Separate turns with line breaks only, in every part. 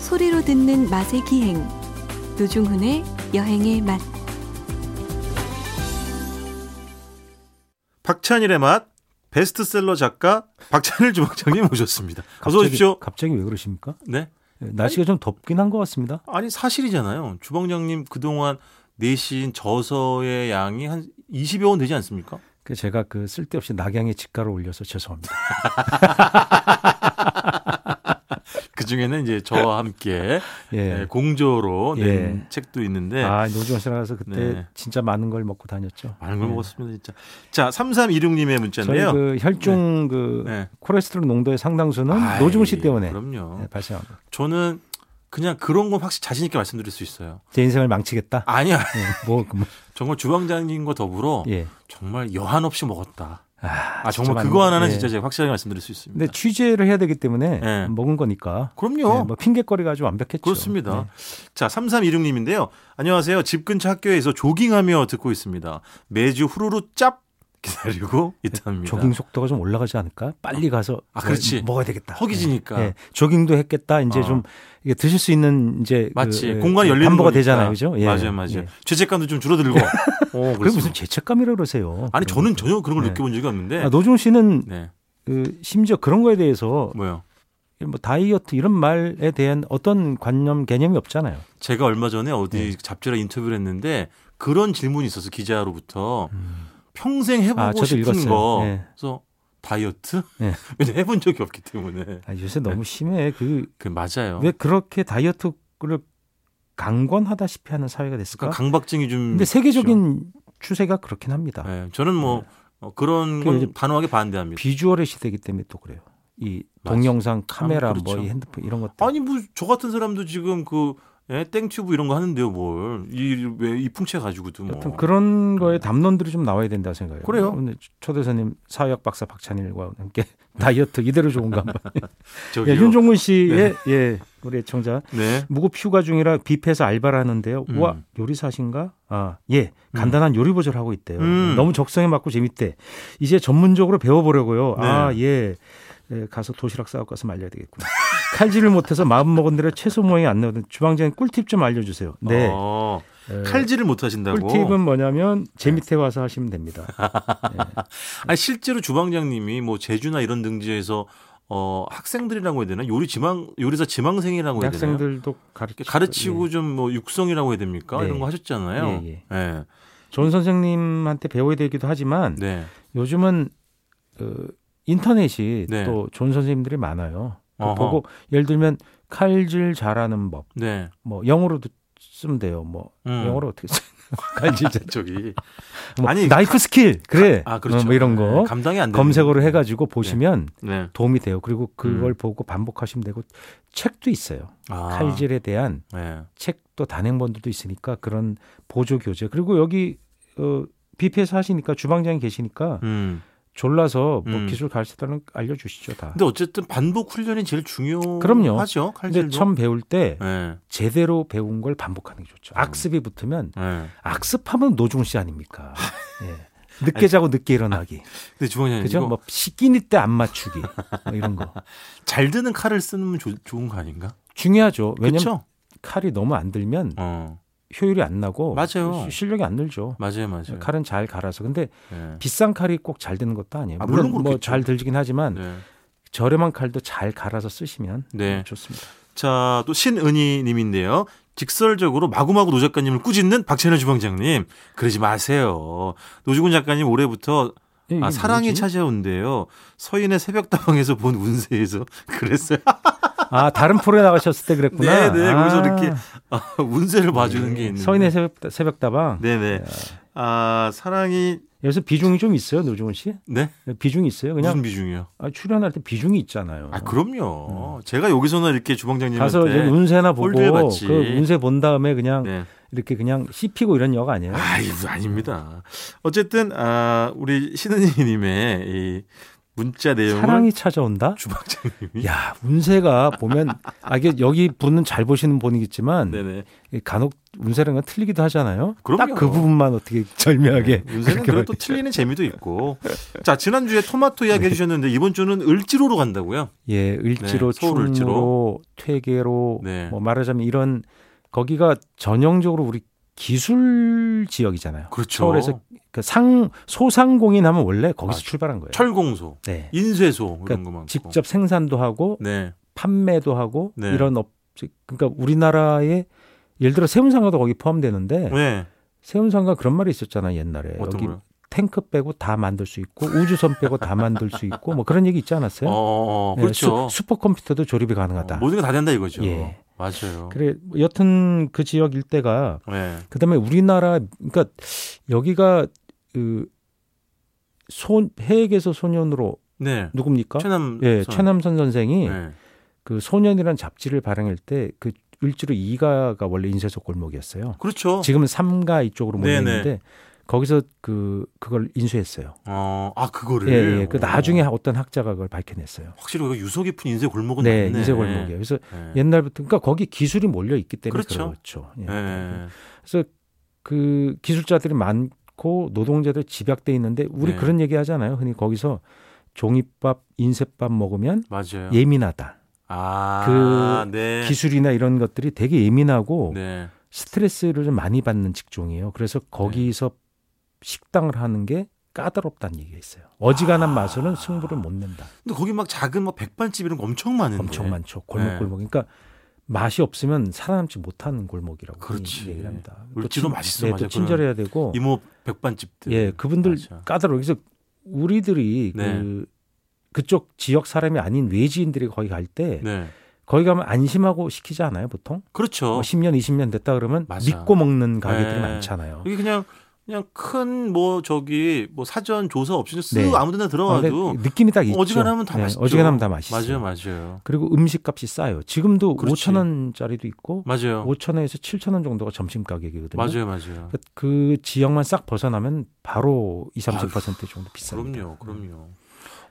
소리로 듣는 맛의 기행 노중훈의 여행의 맛
박찬일의 맛 베스트셀러 작가 박찬일 주방장님 모셨습니다. 어서
갑자기-
오십시오.
갑자기 왜 그러십니까?
네.
예, 날씨가 좀 덥긴 한 것 같습니다.
아니 사실이잖아요. 주방장님 그동안 내신 저서의 양이 한 20여 원 되지 않습니까?
그 제가 그 쓸데없이 낙양의 집가를 올려서 죄송합니다.
그 중에는 이제 저와 함께
예.
네, 공조로 낸
예.
책도 있는데
아, 노중원 씨 나가서 그때
네. 아,
진짜 많은 걸 먹고 다녔죠.
많은 걸
예.
먹었습니다 진짜. 자 3326님의
저희
문자인데요.
그 혈중 그
네.
콜레스테롤 농도의 상당수는
아이,
노중훈 씨 때문에
그럼요.
예, 발생합니다.
저는 그냥 그런 건 확실히 자신 있게 말씀드릴 수 있어요.
제 인생을 망치겠다.
아니야.
예, 뭐, 그 뭐,
정말 주방장님과 더불어
예.
정말 여한 없이 먹었다.
아,
아
진짜
정말
많은 네,
그거
거-
하나는
예.
진짜 제가 확실하게 말씀드릴 수 있습니다.
근데 취재를 해야 되기 때문에
예.
먹은 거니까.
그럼요.
예, 뭐 핑계거리가 아주 완벽했죠.
그렇습니다.
예.
자, 3316님인데요. 안녕하세요. 집 근처 학교에서 조깅하며 듣고 있습니다. 매주 후루루 짭 기다리고 있답니다.
네, 조깅 속도가 좀 올라가지 않을까? 빨리 가서 뭐,
아, 그렇지.
먹어야 되겠다.
허기지니까.
예, 조깅도 했겠다. 이제
어.
좀 이게 드실 수 있는 이제
마치
그,
공간이 열리는
담보가
거니까.
되잖아요, 그죠? 예.
맞아요, 맞아요.
예.
죄책감도 좀 줄어들고. 어,
그게
그렇습니다.
무슨 죄책감이라 그러세요?
아니 저는 전혀 그런 걸
네.
느껴본 적이 없는데.
아, 노종 씨는
네,
그 심지어 그런 거에 대해서
뭐요?
뭐 다이어트 이런 말에 대한 어떤 관념 개념이 없잖아요.
제가 얼마 전에 어디
네.
잡지랑 인터뷰를 했는데 그런 질문이 있었어 요 기자로부터 평생 해보고
아, 저도
싶은
읽었어요.
거.
네.
그래서 다이어트?
네.
왜냐면 해본 적이 없기 때문에.
아, 요새
네.
너무 심해. 그 왜
그 맞아요.
그렇게 다이어트를 강권하다시피 하는 사회가 됐을까?
그러니까 강박증이 좀.
근데 세계적인
그렇죠.
추세가 그렇긴 합니다.
네, 저는 뭐 어, 그런
그
건
이제
단호하게 반대합니다.
비주얼의 시대이기 때문에 또 그래요. 이
맞아.
동영상 카메라
아, 그렇죠.
뭐이 핸드폰 이런 것들.
아니 뭐 저 같은 사람도 지금 그 예, 땡튜브 이런 거 하는데요, 뭘. 이 왜 이 풍채 가지고도 뭐.
여튼 그런 거에 담론들이 좀 나와야 된다 고 생각해요.
그래요.
오늘 초대사님 사회학 박사 박찬일과 함께 다이어트 이대로 좋은가 한번.
저기요.
예, 윤종근 씨의 예, 우리 애청자
네.
무급 휴가 중이라 뷔페에서 알바를 하는데요.
음.
와 요리사신가? 아 예, 간단한 요리 보조를 하고 있대요.
음.
너무 적성에 맞고 재밌대. 이제 전문적으로 배워보려고요. 아
네.
예. 예, 가서 도시락 싸고 가서 말려야 되겠구나. 칼질을 못해서 마음 먹은 대로 채소 모양이 안 나오던 주방장님 꿀팁 좀 알려주세요. 네.
어,
예.
칼질을 못 하신다고. 네.
꿀팁은 뭐냐면 제 밑에 와서 하시면 됩니다.
아, 아니 실제로 주방장님이 뭐 제주나 이런 등지에서 어 학생들이라고 해야 되나? 요리 지망 요리사 지망생이라고 해야 되나? 요
학생들도 예. 가르치고,
가르치고 좀 뭐 육성이라고 해야 됩니까?
네.
이런 거 하셨잖아요.
예, 예.
네.
예. 존 선생님한테 배워야 되기도 하지만
네.
요즘은 어, 인터넷이
네.
또 존 선생님들이 많아요. 그
어허.
보고 예를 들면 칼질 잘하는 법,
네.
뭐 영어로도 쓰면 돼요. 뭐
음.
영어로 어떻게 쓰? 칼질 잘,
저기.
뭐
아니,
나이프 스킬 그래.
아, 그렇죠.
어, 뭐 이런 거
네, 감당이 안 되는
검색어로 해가지고 보시면
네. 음.
도움이 돼요. 그리고 그걸 보고 반복하시면 되고 책도 있어요.
아,
칼질에 대한
네.
책도 단행본들도 있으니까 그런 보조 교재 그리고 여기 어, 뷔페에서 하시니까 주방장이 계시니까
음.
졸라서 뭐
음.
기술 가르치다는 거 알려주시죠 다.
근데 어쨌든 반복 훈련이 제일 중요하죠.
그럼요.
칼질도.
근데 처음 배울 때
예.
제대로 배운 걸 반복하는 게 좋죠. 악습이 붙으면
예.
악습하면 노중 씨 아닙니까? 예. 늦게 자고 늦게 일어나기,
근데 주방장님
그죠?
아, 네, 이거
뭐 시끼니 때 안 맞추기 뭐 이런 거
잘 드는 칼을 쓰면 조- 좋은 거 아닌가?
중요하죠. 왜냐면
그렇죠?
칼이 너무 안 들면
어.
효율이 안 나고
맞아요. 네.
시- 실력이 안 늘죠.
맞아요, 맞아요.
칼은 잘 갈아서 근데
예.
비싼 칼이 꼭 잘 되는 것도 아니에요.
아, 물론
물론,
그렇겠죠.
뭐 잘 들리긴 하지만
네.
저렴한 칼도 잘 갈아서 쓰시면
네.
좋습니다.
자, 또 신은희 님인데요. 직설적으로 마구마구 노 작가님을 꾸짖는 박채널 주방장님. 그러지 마세요. 노주군 작가님 올해부터
예, 이게
아, 사랑이
뭐지?
찾아온대요. 서인의 새벽다방에서 본 운세에서 그랬어요.
아 다른 프로에 나가셨을 때 그랬구나.
네, 네.
아, 네,
거기서 이렇게 아, 운세를 봐주는 게 있는데.
서인의 새벽, 새벽다방.
네네. 아 사랑이
여기서 비중이 좀 있어요, 노중훈 씨?
네
비중이 있어요.
무슨
그냥
비중이요?
아, 출연할 때 비중이 있잖아요.
아 그럼요. 제가 여기서나 이렇게 주방장님한테
가서 이제 운세나 보고
홀드해봤지.
그 운세 본 다음에 그냥
네.
이렇게 그냥 씹히고 이런 역 아니에요?
아 이거 아닙니다. 어쨌든 아 우리 신은희님의 이 문자 내용을
사랑이 찾아온다.
주방장님이
야 운세가 보면 아 이게 여기 분은 잘 보시는 분이겠지만
네네.
이 간혹 운세랑은 틀리기도 하잖아요.
그럼요. 네,
딱 그 부분만 어떻게 절묘하게
운세는
그렇게
그래도 틀리는 재미도 있고. 자 지난주에 토마토
네.
이야기 해주셨는데 이번 주는 을지로로 간다고요?
예, 을지로,
네, 서울
충무로,
을지로.
퇴계로
네.
뭐 말하자면 이런 거기가 전형적으로 우리 기술 지역이잖아요.
그렇죠.
서울에서 그 상 소상공인 하면 원래 거기서
아,
출발한 거예요.
철공소,
네.
인쇄소 이런
그러니까
거 많고.
직접 생산도 하고
네.
판매도 하고
네.
이런 업 그러니까 우리나라의 예를 들어 세운상가도 거기 포함되는데
네.
세운상가 그런 말이 있었잖아 요 옛날에
어떤
네, 여기
거요?
탱크 빼고 다 만들 수 있고 우주선 빼고 다 만들 수 있고 뭐 그런 얘기 있지 않았어요?
어, 어,
네,
그렇죠.
슈, 슈퍼컴퓨터도 조립이 가능하다.
어, 모든 게 다 된다 이거죠.
예.
맞아요.
그래 여튼 그 지역 일대가
네.
그다음에 우리나라 그러니까 여기가 그손 해액에서 소년으로
네.
누굽니까?
최남.
예,
선.
최남선 선생이
네.
그 소년이라는 잡지를 발행할 때 그 을지로 2가가 원래 인쇄소 골목이었어요.
그렇죠.
지금은 3가 이쪽으로 몰려
네네.
있는데 거기서 그 그걸 인쇄했어요.
어, 아 그거를.
예, 예. 그
어.
나중에 어떤 학자가 그걸 밝혀냈어요.
확실히 그 유서 깊은 인쇄 골목은
네,
맞네.
인쇄 골목이에요. 그래서
네.
옛날부터 그러니까 거기 기술이 몰려 있기 때문에
그렇죠.
그렇죠. 예.
네.
그 기술자들이 많고 노동자들 집약돼 있는데 우리
네.
그런 얘기 하잖아요. 흔히 거기서 종이밥, 인쇄밥 먹으면
맞아요.
예민하다.
아, 네.
그 기술이나 이런 것들이 되게 예민하고
네.
스트레스를 좀 많이 받는 직종이에요. 그래서 거기서 식당을 하는 게 까다롭다는 얘기가 있어요. 어지간한
아.
맛으로는 승부를 못 낸다.
근데 거기 막 작은 막 백반집 이런 거 엄청 많은데.
엄청 많죠.
네.
골목골목. 그러니까 맛이 없으면 살아남지 못하는 골목이라고
그렇지.
흔히 얘기를 합니다. 또
을지도
친-
맛있어,
네,
맞아.
또 친절해야 되고.
이모 백반집들.
예, 그분들
맞아.
까다로워. 그래서 우리들이
네.
그 그쪽 지역 사람이 아닌 외지인들이 거기 갈 때
네.
거기 가면 안심하고 시키지 않아요, 보통?
그렇죠.
뭐 10년, 20년 됐다 그러면
맞아.
믿고 먹는 가게들이
네.
많잖아요.
여기 그냥 그냥 큰 뭐 저기 뭐 사전 조사 없이 쓱
네.
아무데나
아, 근데
들어가도
느낌이 딱 있죠.
어지간하면 다
네,
맛있죠.
어지간하면 다 맛있어요.
맞아요, 맞아요,
그리고 음식값이 싸요. 지금도
그렇지.
5천 원짜리도 있고
맞아요,
5천 원에서 7천 원 정도가 점심 가격이거든요.
맞아요, 맞아요.
그러니까 그 지역만 싹 벗어나면 바로 20, 30% 정도 비쌉니다.
그럼요, 그럼요.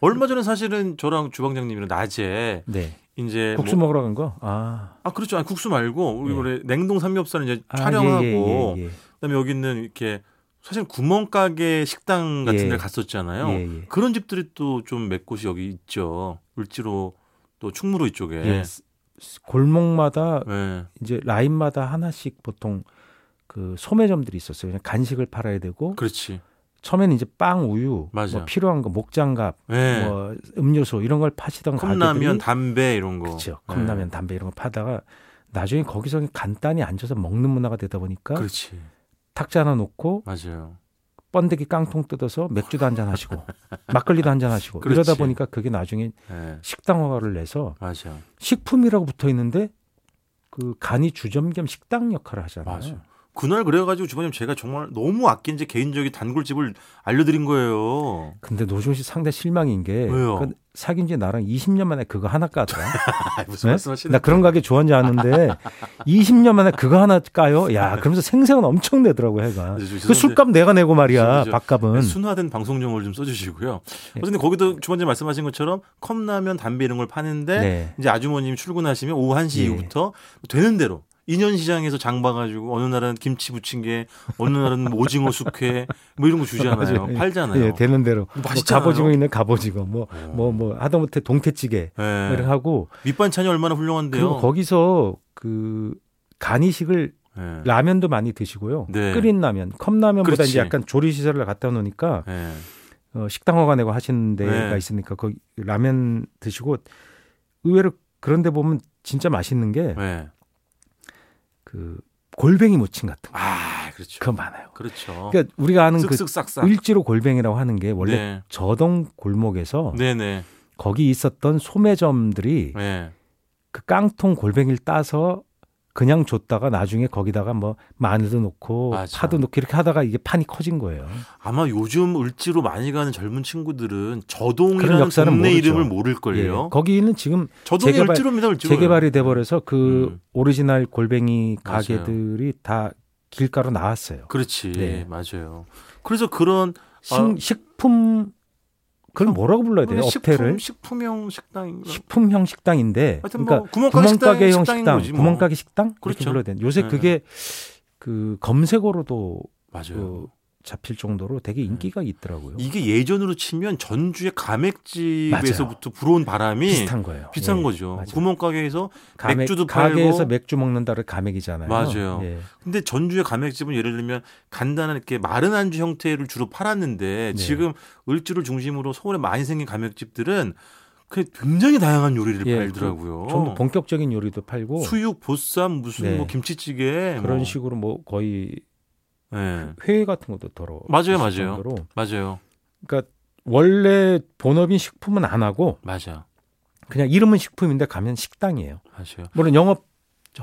얼마 전에 사실은 저랑 주방장님이랑 낮에
네.
이제
국수
뭐,
먹으러 간 거? 아.
아 그렇죠, 아니, 국수 말고 우리
예.
원래 냉동 삼겹살 이제
아,
촬영하고
예, 예, 예, 예.
그다음에 여기 있는 이렇게 사실 구멍가게 식당 같은
예.
데 갔었잖아요.
예, 예.
그런 집들이 또 좀 몇 곳이 여기 있죠. 을지로 또 충무로 이쪽에.
예. 골목마다
예.
이제 라인마다 하나씩 보통 그 소매점들이 있었어요. 그냥 간식을 팔아야 되고
그렇지.
처음에는 이제 빵, 우유,
맞아.
뭐 필요한 거 목장갑,
예.
뭐 음료수 이런 걸 파시던
컵라면,
가게들이
담배 이런 거.
그렇죠.
예.
컵라면, 담배 이런 거 파다가 나중에 거기서 그냥 간단히 앉아서 먹는 문화가 되다 보니까
그렇지.
탁자 하나 놓고
맞아요.
번데기 깡통 뜯어서 맥주도 한잔 하시고 막걸리도 한잔 하시고
그렇지.
이러다 보니까 그게 나중에
예.
식당화를 내서
맞아요.
식품이라고 붙어 있는데 그 간이 주점 겸 식당 역할을 하잖아요.
맞아요. 그날 그래가지고 주방님 제가 정말 너무 아낀 제 개인적인 단골집을 알려드린 거예요.
근데 노종 씨 상당히 실망인 게
왜요?
그 사귄 지 나랑 20년 만에 그거 하나 까더라.
아, 무슨
네?
말씀하시는?
나 그런 가게 좋아하는지 아는데 20년 만에 그거 하나 까요? 야, 그러면서 생색은 엄청 내더라고 해가.
네, 저 죄송한데
그 술값 내가 내고 말이야.
죄송해요.
밥값은.
네, 순화된 방송 용어를 좀 써주시고요.
예.
그런데 거기도 주방님 말씀하신 것처럼 컵라면, 담배 이런 걸 파는데
네.
이제 아주머님이 출근하시면 오후 1시
예.
이후부터 되는 대로 인현 시장에서 장 봐가지고 어느 날은 김치 부침개, 어느 날은 뭐 오징어 숙회 뭐 이런 거 주잖아요,
맞아요. 예.
팔잖아요.
예, 되는 대로. 뭐
맛있잖아요.
갑오징어 있는 갑오징어 뭐 뭐 뭐 하다못해 동태찌개
예.
뭐 이렇게 하고
밑반찬이 얼마나 훌륭한데요.
그리고 거기서 그 간이식을
예.
라면도 많이 드시고요.
네.
끓인 라면, 컵라면보다
그렇지.
이제 약간 조리 시설을 갖다 놓으니까
예.
어, 식당 허가내고 하시는 데가
네.
있으니까 거기 라면 드시고 의외로 그런데 보면 진짜 맛있는 게
예.
그 골뱅이 무침 같은 거
아 그렇죠.
그거 많아요.
그렇죠.
그러니까 우리가 아는 그
쓱쓱 싹싹.
을지로 골뱅이라고 하는 게 원래 저동 골목에서
네. 네네.
거기 있었던 소매점들이
네.
그 깡통 골뱅이를 따서 그냥 줬다가 나중에 거기다가 뭐 마늘도 넣고
맞아.
파도 넣고 이렇게 하다가 이게 판이 커진 거예요.
아마 요즘 을지로 많이 가는 젊은 친구들은 저동이라는
그런 역사는
동네
모르죠.
이름을 모를 걸요.
예. 거기는 지금
저동이
재개발-
을지로입니다. 을지로.
재개발이 돼버려서 그
음.
오리지널 골뱅이
맞아요.
가게들이 다 길가로 나왔어요.
그렇지.
네.
맞아요. 그래서 그런
식, 식품 그걸 뭐라고 불러야 돼요?
식품
업태를
식품형 식당인가?
식품형 식당인데
하여튼 뭐
그러니까
구멍가게 식당인-
구멍가게형
식당인
식당,
거지 뭐.
구멍가게 식당
그렇죠.
그렇게 불러야 되는. 요새
네.
그게 그 검색어로도
맞아요. 네.
그 잡힐 정도로 되게 인기가 있더라고요.
이게 예전으로 치면 전주의 감액집에서부터 불어온 바람이
비슷한 거예요.
비슷한
예,
거죠.
맞아요.
구멍가게에서
가맥-
맥주도
가게에서
팔고.
맥주 먹는다를 가맥이잖아요.
맞아요.
예.
근데 전주의 감액집은 예를 들면 간단한 이렇게 마른 안주 형태를 주로 팔았는데
네.
지금 을지를 중심으로 서울에 많이 생긴 감액집들은 그 굉장히 다양한 요리를
예,
팔더라고요.
좀 더 본격적인 요리도 팔고
어. 수육, 보쌈, 무슨
어. 네.
뭐 김치찌개
그런
뭐.
식으로 뭐 거의
예.
회의 같은 것도 더러
맞아요,
있을
맞아요.
정도로.
맞아요.
그러니까 원래 본업인 식품은 안 하고
맞아.
그냥 이름은 식품인데 가면 식당이에요.
맞아요.
물론 영업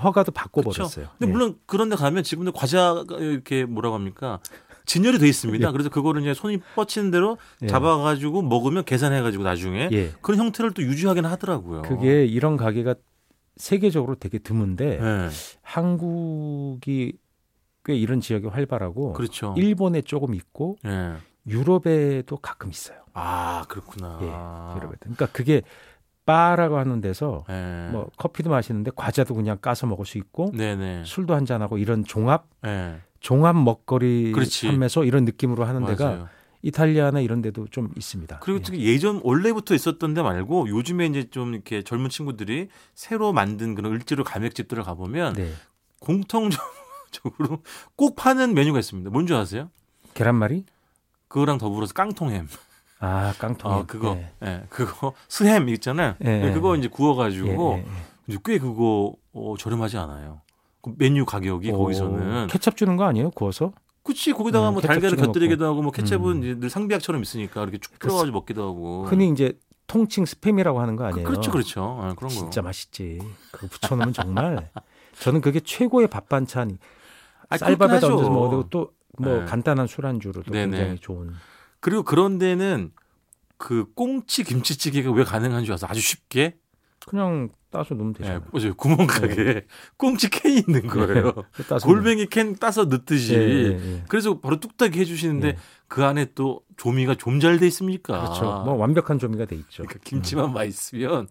허가도 바꿔
그쵸.
버렸어요.
근데 물론 그런 데 가면 지금도 과자가 이렇게 뭐라고 합니까? 진열이 돼 있습니다.
예.
그래서 그거를 이제 손이 뻗치는 대로 잡아 가지고 먹으면 계산해 가지고 나중에
예.
그런 형태를 또 유지하긴 하더라고요.
그게 이런 가게가 세계적으로 되게 드문데
예.
한국이 꽤 이런 지역이 활발하고
그렇죠.
일본에 조금 있고
예.
유럽에도 가끔 있어요.
아 그렇구나.
예, 유럽에도. 그러니까 그게 바라고 하는 데서
예.
뭐 커피도 마시는데 과자도 그냥 까서 먹을 수 있고
네네.
술도 한 잔 하고 이런 종합
예.
종합 먹거리
그렇지.
판매소 이런 느낌으로 하는 데가
맞아요.
이탈리아나 이런 데도 좀 있습니다.
그리고
예.
특히 예전 원래부터 있었던 데 말고 요즘에 이제 좀 이렇게 젊은 친구들이 새로 만든 그런 을지로 감액집들을 가보면
네.
공통적으로 꼭 파는 메뉴가 있습니다. 뭔지 아세요?
계란말이?
그거랑 더불어서 깡통햄.
아, 깡통.
아 그거.
예.
예. 그거 스햄 있잖아요.
예.
그거 이제 구워가지고
예, 예, 예.
이제 꽤 그거 어, 저렴하지 않아요. 그 메뉴 가격이
오,
거기서는
케첩 주는 거 아니에요? 구워서?
그치 거기다가
음,
뭐
케첩
달걀을
찍어
곁들이기도 하고 뭐 케첩은
음.
이제 늘 상비약처럼 있으니까 이렇게 쭉
그치.
뿌려가지고 먹기도 하고
흔히 이제 통칭 스팸이라고 하는 거 아니에요?
어. 그, 렇죠 그렇죠 아, 그런
진짜
거
맛있지. 그거 붙여놓으면 정말 저는 그게 최고의 밥 반찬.
아,
쌀밥에다
그렇긴
얹어서
하죠.
먹어도 또 뭐
네.
간단한 술안주로도
네네.
굉장히 좋은.
그리고 그런 데는 그 꽁치 김치찌개가 왜 가능한 줄 아세요? 아주 쉽게
그냥 따서 넣으면
예,
되잖아요.
맞아요. 구멍가게 꽁치 캔이 있는 거예요.
네. 따서 넣으면.
골뱅이 캔 따서 넣듯이
예, 예, 예.
그래서 바로 뚝딱이 해주시는데
예.
그 안에 또 조미가 좀 잘 돼 있습니까?
그렇죠. 뭐 완벽한 조미가 돼 있죠.
그러니까 김치만 맛있으면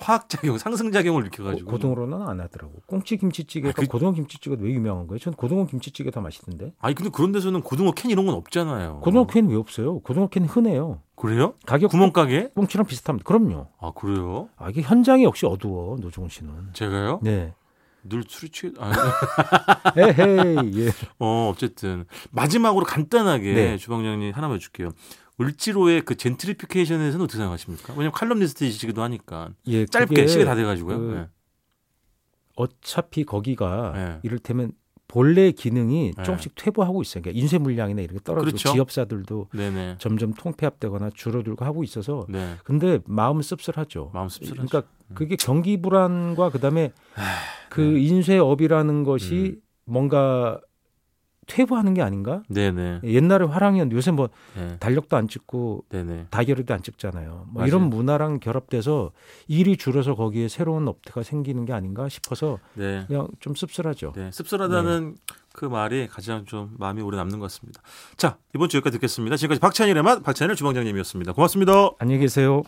화학작용, 상승작용을
음.
일으켜가지고
고- 고등어로는 안 하더라고. 꽁치 김치찌개가
아, 그-
고등어 김치찌개도 왜 유명한 거예요? 전 고등어 김치찌개 더 맛있던데.
아니 근데 그런 데서는 고등어 캔 이런 건 없잖아요.
고등어 캔왜 네, 없어요? 고등어 캔 흔해요.
그래요?
가격
구멍가게?
꽁치랑 비슷합니다. 그럼요.
아 그래요?
아, 이게 현장이 역시 어두워 노종훈 씨는.
제가요?
네.
늘 술이 취해. 아,
에헤이. 예.
어 어쨌든 마지막으로 간단하게
네.
주방장님 하나만 해줄게요. 을지로의 그 젠트리피케이션에서는 어떻게 생각하십니까? 왜냐면 칼럼니스트이시기도 하니까
예,
짧게
그게
시간 다 돼가지고요.
그-
네.
어차피 거기가
네.
이를테면 본래 기능이
네.
조금씩 퇴보하고 있어요. 그러니까 인쇄 물량이나 이런 게 떨어지고
그렇죠.
기업사들도
네네.
점점 통폐합되거나 줄어들고 하고 있어서
네.
근데 마음 씁쓸하죠.
마음 아, 네. 씁쓸하죠.
그러니까 그게 경기 불안과 그다음에 그 인쇄업이라는
음.
것이 뭔가 퇴보하는 게 아닌가?
네네.
옛날에 화랑이었는데 요새 뭐
네.
달력도 안 찍고
네네.
다이어리도 안 찍잖아요. 뭐
맞아요.
이런 문화랑 결합돼서 일이 줄어서 거기에 새로운 업태가 생기는 게 아닌가 싶어서
네.
그냥 좀 씁쓸하죠.
네, 씁쓸하다는 그 말이 가장 좀 마음이 오래 남는 것 같습니다. 자, 이번 주 여기까지 듣겠습니다. 지금까지 박찬일의 맛, 박찬일 주방장님이었습니다. 고맙습니다.
안녕히 계세요.